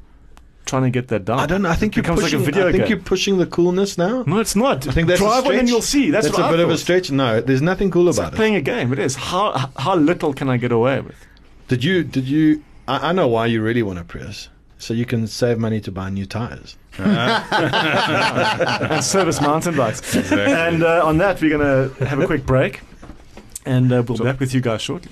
trying to get that down.
I don't know. I think
it
you're
becomes
pushing.
like a video
I think
game.
you're pushing the coolness now.
no, it's not.
I think that's a
drive one
stretch.
and you'll see. That's,
that's
what
a
I
bit of a
thought.
stretch. No, there's nothing cool
It's
about
like
it.
playing a game. It is. How how little can I get away with?
Did you? Did you? I, I know why you really want a Prius, so you can save money to buy new tires.
and service mountain bikes. *laughs*
Exactly.
And uh, on that, we're going to have a quick break, and uh, we'll be back with you guys shortly.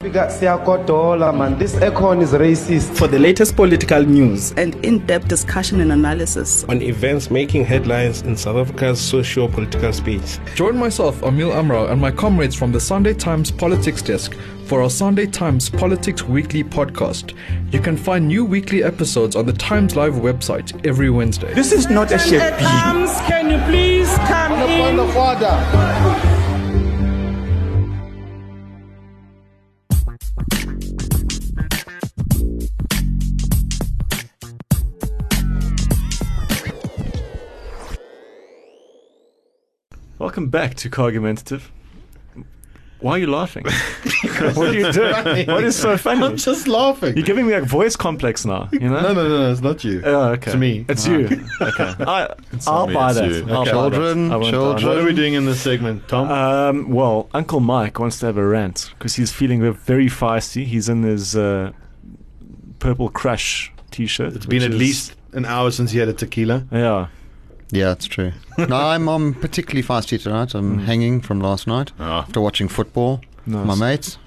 Fika siyakodola man this econ is racist
for the latest political news
and in-depth discussion and analysis.
on events making headlines in South Africa's socio political space.
Join myself, Amil Amra, and my comrades from the Sunday Times Politics Desk for our Sunday Times Politics Weekly podcast. You can find new weekly episodes on the Times Live website every Wednesday.
This is not a shape.
can you please come in of order
Welcome back to Cargumentative. Why are you laughing? *laughs* what are you doing? What is so funny?
*laughs*
I'm
just laughing.
You're giving me a voice complex now. You know?
No, no, no, it's not you.
Oh, okay.
It's me.
It's
Ah.
you. Okay. *laughs* I,
It's not
I'll
me,
buy
it's
that.
you.
I'll
Okay.
buy that.
Children,
I won't buy
children.
that.
What are we doing in this segment, Tom?
Um, well, Uncle Mike wants to have a rant because he's feeling ve- very feisty. He's in his uh, purple crush t-shirt.
It's been at least an hour since he had a tequila.
Yeah.
Yeah,
*laughs*
it's true. no, I'm, I'm particularly feisty tonight. I'm
Hmm.
hanging from last night
Ah.
after watching football. with
Nice.
My mates,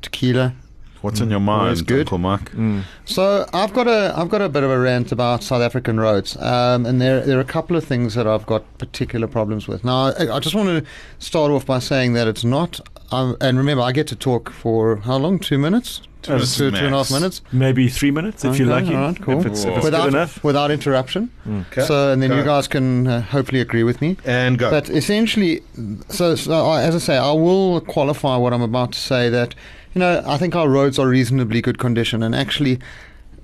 tequila.
What's in your mind,
Always good.
Uncle Mark?
Mm.
So I've got a I've got a bit of a rant about South African roads, um, and there there are a couple of things that I've got particular problems with. Now I, I just want to start off by saying that it's not, um, and remember I get to talk for how long? Two minutes, two,
Uh,
two, two and a half minutes.
Maybe three minutes if you're
Okay,
lucky.
all right, cool.
If it's, if it's good
without,
enough. Hmm.
without interruption.
Okay,
So, and then
go.
you guys can uh, hopefully agree with me.
And go.
But essentially, so, so I, as I say, I will qualify what I'm about to say that, you know, I think our roads are reasonably good condition. And actually,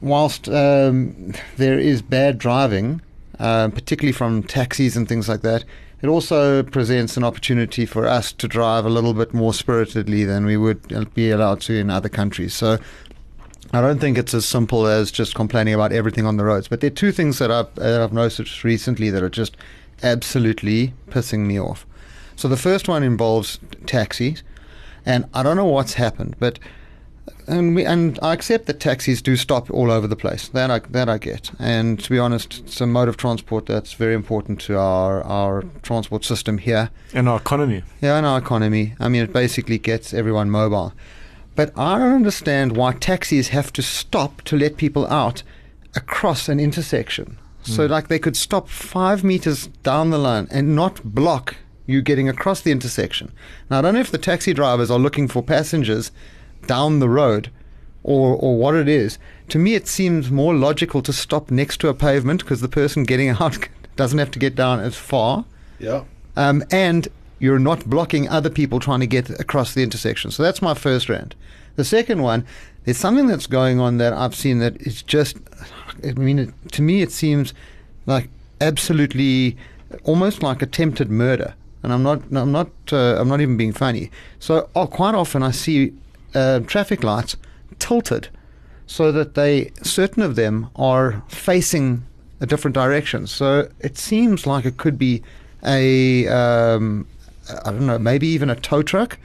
whilst um, there is bad driving, um, particularly from taxis and things like that, it also presents an opportunity for us to drive a little bit more spiritedly than we would be allowed to in other countries. So I don't think it's as simple as just complaining about everything on the roads. But there are two things that I've, that I've noticed recently that are just absolutely pissing me off. So the first one involves taxis, and I don't know what's happened, but and we, and I accept that taxis do stop all over the place. That I that I get. And to be honest, it's a mode of transport that's very important to our our transport system here.
And our economy.
Yeah, in our economy. I mean, it basically gets everyone mobile. But I don't understand why taxis have to stop to let people out across an intersection. So, like, they could stop five meters down the line and not block you getting across the intersection. Now, I don't know if the taxi drivers are looking for passengers down the road or, or what it is. To me, it seems more logical to stop next to a pavement because the person getting *laughs* out doesn't have to get down as far
Yeah.
um, and you're not blocking other people trying to get across the intersection. So that's my first rant. The second one, there's something that's going on that I've seen that is just, I mean, it, to me it seems like absolutely, almost like attempted murder. And I'm not, I'm not, uh, I'm not even being funny. So oh, quite often I see uh, traffic lights tilted so that they certain of them are facing a different direction. So it seems like it could be a um, I don't know, maybe even a tow truck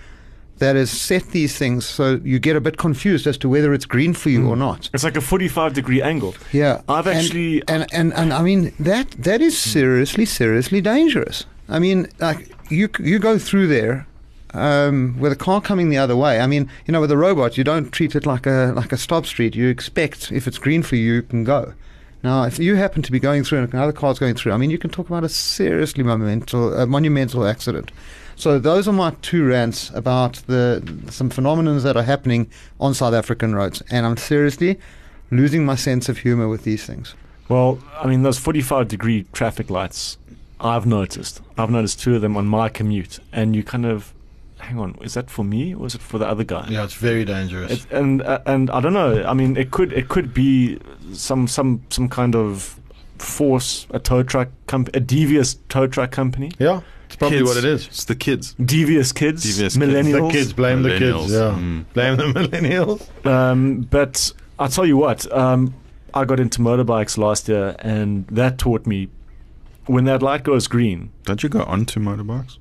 that has set these things so you get a bit confused as to whether it's green for you or not.
It's like a 45 degree angle.
Yeah,
Hmm. I've
And-
actually-
and, and and I mean that that is seriously seriously dangerous. I mean, like you c- you go through there. Um, with a car coming the other way, I mean, you know, with a robot, you don't treat it like a like a stop street. You expect if it's green for you, you can go. Now, if you happen to be going through and another car's going through, I mean, you can talk about a seriously monumental, a monumental accident. So those are my two rants about the some phenomena that are happening on South African roads, and I'm seriously losing my sense of humor with these things.
Well, I mean, those 45 degree traffic lights, I've noticed. I've noticed two of them on my commute. And you kind of, hang on, is that for me or is it for the other guy?
Yeah, it's very dangerous.
It, and uh, and I don't know. I mean, it could it could be some some some kind of force, a tow truck comp, a devious tow truck company.
Yeah, it's probably
Kids.
what it is.
It's the kids.
Devious kids,
Devious kids.
millennials.
The kids blame the
Millennials.
kids. Yeah,
Mm.
blame the *laughs* millennials.
Um, but I tell you what, um, I got into motorbikes last year, and that taught me when that light goes green.
Don't you go onto motorbikes?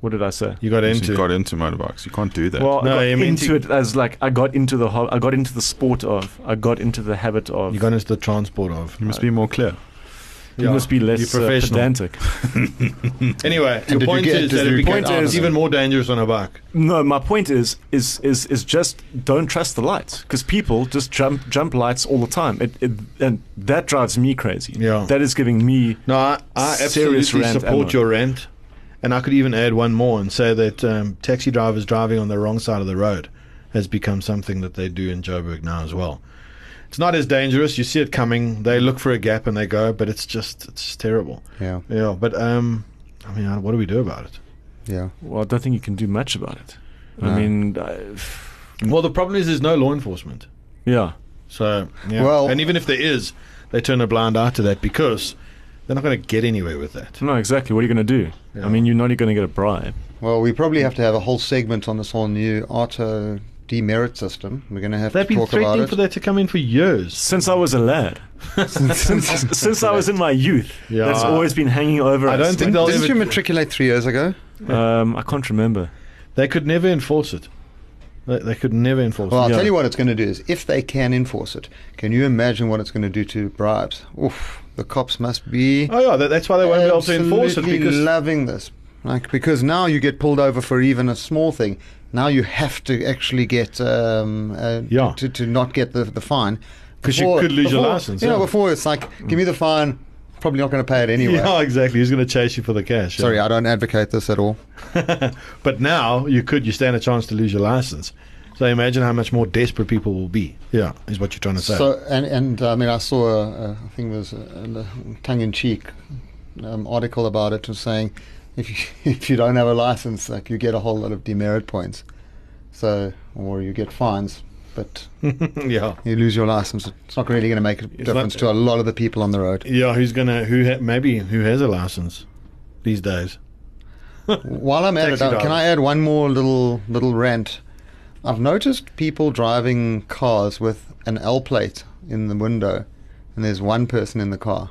What did I say?
You got
You
into.
got into motorbikes. You can't do that.
Well,
No,
I
you
got
meant
into
you-
it as like I got into the ho- I got into the sport of I got into the habit of
You got into the transport of.
you must be
*laughs*
more clear.
you
Yeah.
must be
You're
less uh,
professional.
pedantic.
Anyway,
did
your
you
point
get-
is
did
that
you
it
get
becomes
out of it?
even more dangerous on a bike.
No, my point is is is is just don't trust the lights because people just jump jump lights all the time. It, it and that drives me crazy.
Yeah.
that is giving me
No, I, I
Serious
absolutely
rant,
support
Alan.
your rant. And I could even add one more and say that um, taxi drivers driving on the wrong side of the road has become something that they do in Joburg now as well. It's not as dangerous. You see it coming. They look for a gap and they go, but it's just it's terrible.
Yeah,
Yeah, but um, I mean, uh, what do we do about it?
yeah.
well, I don't think you can do much about it.
No.
I mean, I,
Mm.
Well, the problem is there's no law enforcement.
yeah,
So yeah.
Well-
and even if there is, they turn a blind eye to that because They're not going to get anywhere with that.
Mm.
No, exactly. What are you going to do? I mean, you're not going to get a bribe.
Well, we probably have to have a whole segment on this whole new auto demerit system. We're going to have
They've
to
been
talk about
threatening
it.
for that
to come in for years.
Since I was a
*laughs*
lad.
*laughs*
since, since I was in my youth.
Yeah.
That's always been hanging over us.
When- Didn't you matriculate three years ago?
Um, I can't remember.
They could never enforce it. They, they could never enforce
Well,
it.
I'll tell you what it's going to do is if they can enforce it, can you imagine what it's going to do to bribes? Oof, the cops must be.
Oh yeah, that, that's why they won't be able to enforce it
absolutely
because
loving this, like because now you get pulled over for even a small thing. Now you have to actually get um, uh, yeah. to, to not get the, the fine
'Cause you
Before-
could lose your
before-
license,
You know,
yeah.
before it's like, give me the fine. Probably not going to pay it anyway.
Yeah, exactly. Who's going to chase you for the cash?
Sorry, I don't advocate this at all.
but now you could. You stand a chance to lose your license. So imagine how much more desperate people will be. Yeah, is what you're trying to say.
So and and uh, I mean I saw a, a I think it was a, a tongue-in-cheek um, article about it was saying if you *laughs* if you don't have a license like you get a whole lot of demerit points, so or you get fines, but
*laughs* yeah,
you lose your license. It's not really going to make a difference to a lot of the people on the road.
yeah, who's gonna who ha- maybe who has a license these days?
While I'm at it,
Taxi
uh, can I add one more little little rant? I've noticed people driving cars with an L plate in the window, and there's one person in the car.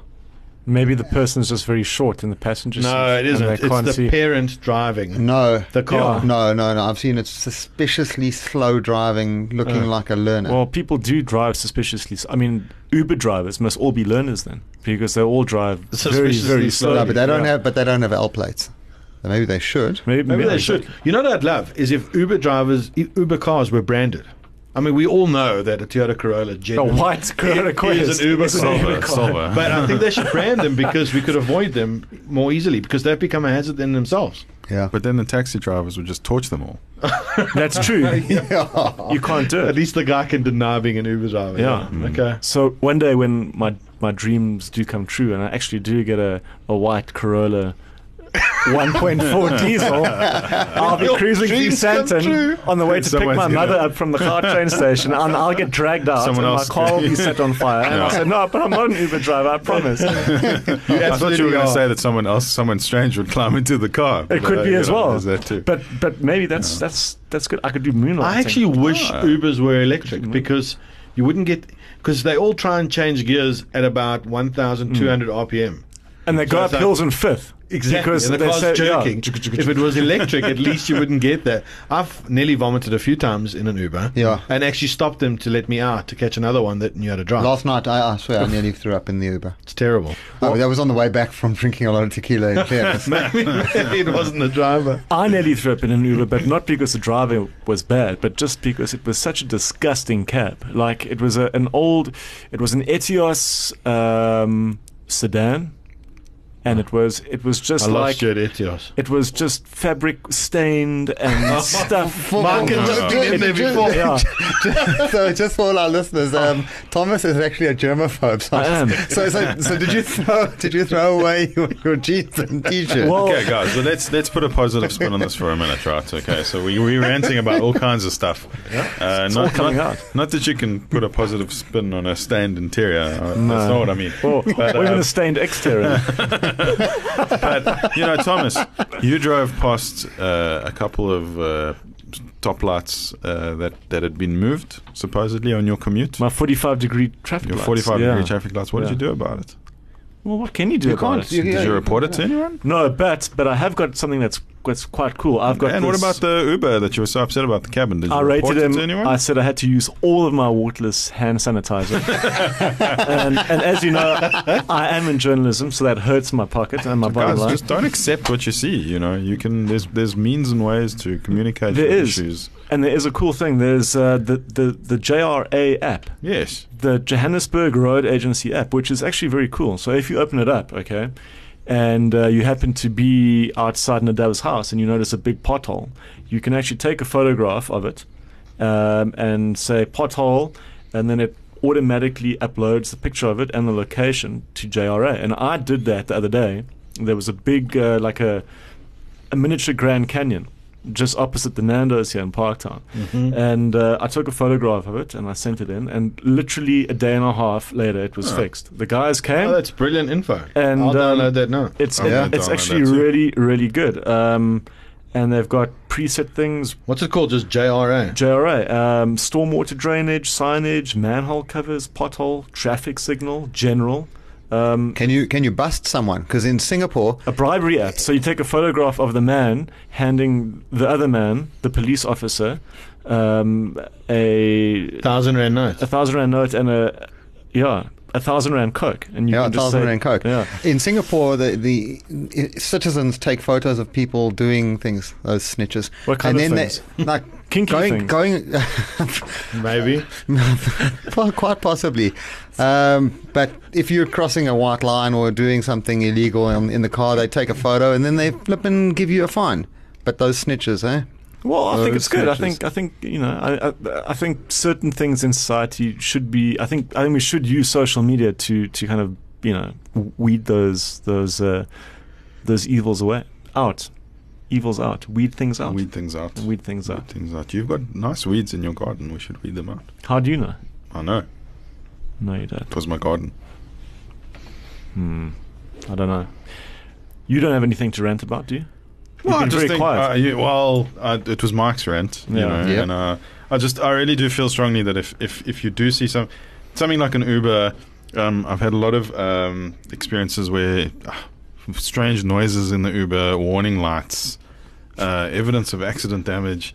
Maybe the person's just very short in the passenger seat.
no, it
and
isn't.
they
It's
can't
the
see.
parent driving.
No,
the car.
No, no, no. I've seen it suspiciously slow driving, looking
Oh.
like a learner.
Well, people do drive suspiciously. s- I mean, Uber drivers must all be learners then, because they all drive very, very slowly.
No, but they don't
Yeah.
have. But they don't have L plates. Maybe they should.
Maybe,
Maybe they should. You know what I'd love is if Uber drivers, i- Uber cars were branded. I mean, we all know that a Toyota Corolla generally
*laughs* white Corolla
is
Quest
an Uber
is an
car.
Uber car.
eh?
Silver.
But I think they should brand them because we could avoid them more easily because they've become a hazard in themselves.
Yeah.
But then the taxi drivers would just
*laughs*
torch them all.
That's
*laughs*
true.
you
can't do it.
At least the guy can deny being an Uber driver.
Yeah.
Okay.
So one day when my my dreams do come true, and I actually do get a, a white
*laughs*
Corolla 1.4 diesel, I'll be
Your
cruising through
dreams come true.
Santon on the way to pick
Someone's
my
gonna-
mother up from the
*laughs*
car train station, and I'll get dragged out,
Someone
and
else-
my car will be set on fire. And
Yeah.
I'll say, "No, but I'm not an Uber driver. I
*laughs*
promise."
I thought you were
absolutely
going to
are.
say that someone else, someone strange, would climb into the car.
It could
But, uh,
be
you
as
know,
well.
There's that too.
But but maybe that's that's that's good. I could do moonlighting.
I actually wish
Ah.
Ubers were electric because you wouldn't get because they all try and change gears at about 1,200 RPM.
And they
So
go up
it's like-
hills in fifth.
Exactly.
Because
and the
they
car's
say, yeah.
jerking. if it was electric, at least you wouldn't get that. I've nearly vomited a few times in an Uber.
Yeah.
And actually stopped them to let me out to catch another one that knew how to drive.
Last night, I, I swear, I nearly threw up in the Uber.
It's terrible. *laughs*
Oh, that was on the way back from drinking a lot of tequila. In fairness.
maybe, maybe it wasn't the driver.
I nearly threw up in an Uber, but not because the driver was bad, but just because it was such a disgusting cab. Like it was a, an old, it was an Etios um, sedan, and it was it was just
I
like
lost you at Etios.
it was just fabric stained
*laughs*
and stuff.
Mark
Oh,
had just been in there before.
Yeah.
*laughs* so just for all our listeners, um, Thomas is actually a germaphobe. So
I am.
So, so, so did you throw did you throw away your, your jeans and t-shirt?
okay, guys. So let's let's put a positive spin on this for a minute, right? Okay. So we we were ranting about all kinds of stuff. Uh,
It's all coming
not,
out.
Not that you can put a positive spin on a stained interior. Uh, That's
No.
not what I mean.
Or,
But,
or even
*laughs* uh,
a stained exterior.
but you know, Thomas, you drove past uh, a couple of uh, top lights uh, that that had been moved supposedly on your commute.
My 45 degree traffic
Your
lights,
45 degree
yeah.
traffic lights. What
Yeah.
did you do about it?
Well, what can you do
You
about
can't.
it?
You- Did yeah, you you report can't it do to that. anyone?
No, but but I have got something that's that's quite cool. I've got.
and what
this-
about the Uber that you were so upset about the cabin? Did you
I
report
rated
it
him.
to anyone?
I said I had to use all of my waterless hand sanitizer.
*laughs*
and, and as you know, I am in journalism, so that hurts my pocket and my bottom
Guys,
line.
just don't accept what you see. You know, you can. There's there's means and ways to communicate
There
your
is.
issues.
And there is a cool thing. There's uh, the, the, the JRA app.
Yes.
The Johannesburg Road Agency app, which is actually very cool. So if you open it up, okay, and uh, you happen to be outside Nadav's house and you notice a big pothole, you can actually take a photograph of it um, and say pothole, and then it automatically uploads the picture of it and the location to JRA. And I did that the other day. There was a big, uh, like a, a miniature Grand Canyon just opposite the Nando's here in Parktown.
Mm-hmm.
Mhm.
And uh, I took a photograph of it and I sent it in. And literally a day and a half later, it was
Oh.
fixed. The guys came.
Oh, that's Oh, brilliant info.
And
I'll
um,
download that now.
It's
I'm
it-
gonna
it's
download
actually
that too.
really really good. Um, and they've got preset things.
What's it called? Just JRA.
JRA. Um, stormwater drainage, signage, manhole covers, pothole, traffic signal, general. Um,
can you can you bust someone? Because in Singapore,
a bribery act. So you take a photograph of the man handing the other man, the police officer, um, a
thousand rand note,
a thousand rand note, and a yeah, a thousand rand coke, and you
yeah,
can
a
just
thousand
say-
rand coke.
Yeah.
In Singapore, the, the i- citizens take photos of people doing things, those snitches.
What kind
and
of
then
things?
They, *laughs* like
*laughs* Kinky
going,
things.
going, *laughs*
maybe,
quite possibly. Um, but if you're crossing a white line or doing something illegal in, in the car, they take a photo and then they flip and give you a fine. But those snitches, eh?
Well, I think
Those
it's good. I
snitches.
think I think you know I, I I think certain things in society should be. I think I think we should use social media to to kind of you know weed those those uh, those evils away out. Evils out. Weed things out.
Weed things out.
Weed things out.
Things out. You've got nice weeds in your garden. We should weed them out.
How do you know?
I know.
No, you don't.
It was my garden.
Hmm. I don't know. You don't have anything to rant about, do you? You've been very quiet.
Uh, you, well, uh, it was Mike's rant, you
Yeah.
know,
Yeah.
and uh, I just I really do feel strongly that if if, if you do see some something like an Uber, um, I've had a lot of um, experiences where ah, strange noises in the Uber, warning lights, uh, evidence of accident damage.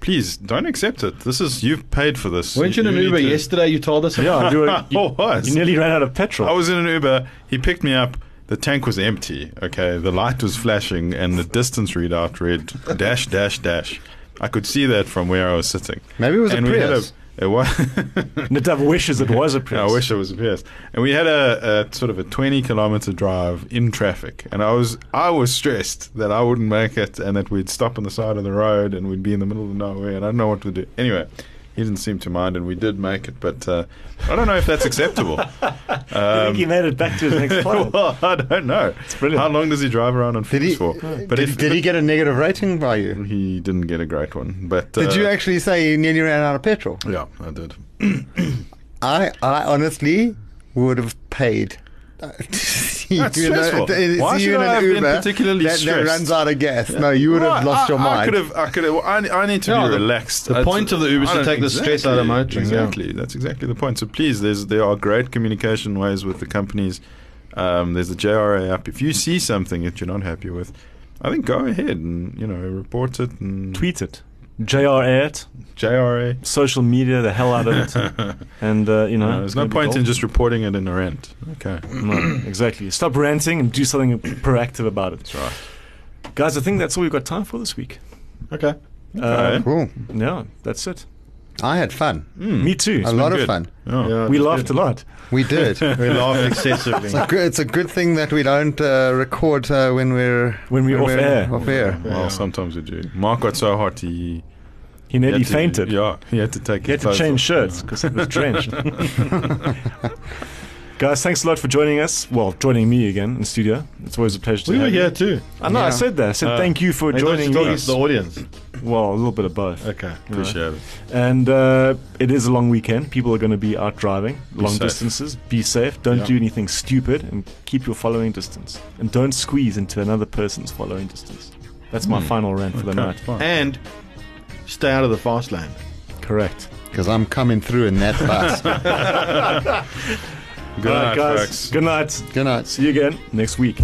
Please don't accept it. This is you've paid for this.
Weren't you in an
need
Uber
to-
yesterday? You told us.
yeah, *laughs*
about-
you, were,
*laughs*
you,
Oh, what?
you nearly ran out of petrol.
I was in an Uber. He picked me up. The tank was empty. Okay, the light was flashing, and the distance readout read dash dash dash. I could see that from where I was sitting.
Maybe it was a
and we had
Prius.
It *laughs* was.
Nadav wishes it was a
*laughs* I
Prius.
wish it was a Prius. And we had a, a sort of a twenty-kilometer drive in traffic, and I was I was stressed that I wouldn't make it, and that we'd stop on the side of the road, and we'd be in the middle of nowhere, and I don't know what to do. Anyway, he didn't seem to mind, and we did make it, but uh, I don't know if
*laughs*
that's acceptable.
I
Um,
think he made it back to his next planet.
*laughs* well, I don't know. How long does he drive around on Felix for? But
did, did he get a negative rating by you?
*laughs* He didn't get a great one. But uh,
Did you actually say you nearly ran out of petrol?
Yeah, I did.
I, I honestly would have paid. *laughs* That's
That's stressful. Why should I have been particularly
that, that
stressed?
runs out of gas. No, you would have
Right,
lost
I,
your mind.
I could have. I could have. I, I need to
No,
be
the-
relaxed.
the
I-
point of the Uber is
I
to
don't-
take the stress out of motoring, yeah.
Exactly. That's exactly the point. So please, there's there are great communication ways with the companies. Um, there's the JRA app. If you see something that you're not happy with, I think go ahead and you know report it and
tweet it. JRA it.
JRA.
Social media the hell out of
*laughs*
it. and, uh, you know.
No, there's
it's
no
gonna be
point in
gold.
just reporting it in a rant. Okay.
*clears throat*
Mm.
No, exactly. Stop ranting and do something proactive about it. That's right. Guys, I think that's all we've got time for this week.
Okay.
Uh,
cool.
Yeah, that's it.
I had fun.
Mm.
Me too.
a lot of fun.
Yeah,
we
it's
laughed
good.
a lot.
We
*laughs*
did.
We laughed excessively.
It's a, good, it's a good thing that we don't uh, record uh, when we're
When we're off air.
Off air.
Well, sometimes we do. Mark got so hot he
He nearly
had to-
fainted.
yeah, he had to take.
He had
his
to
clothes
change
off.
shirts because it was drenched. Guys, thanks a lot for joining us. Well, joining me again in studio. It's always a pleasure
We
to
were
have you.
here too.
I know, I
Yeah.
said that. I said
Uh,
thank you for
I thought you
joining
were talking
me.
to the audience.
Well, a little bit of both.
Okay.
you know.
Appreciate it.
And uh, it is a long weekend. People are going to be out driving long
safe.
distances. Be safe. Don't
Yeah.
do anything stupid and keep your following distance. And don't squeeze into another person's following distance. That's my final rant for the night.
And stay out of the fast lane.
Correct.
Because I'm coming through in
*laughs*
that bus.
Good
All
night,
right, guys.
folks.
Good night.
Good night.
See you again next week.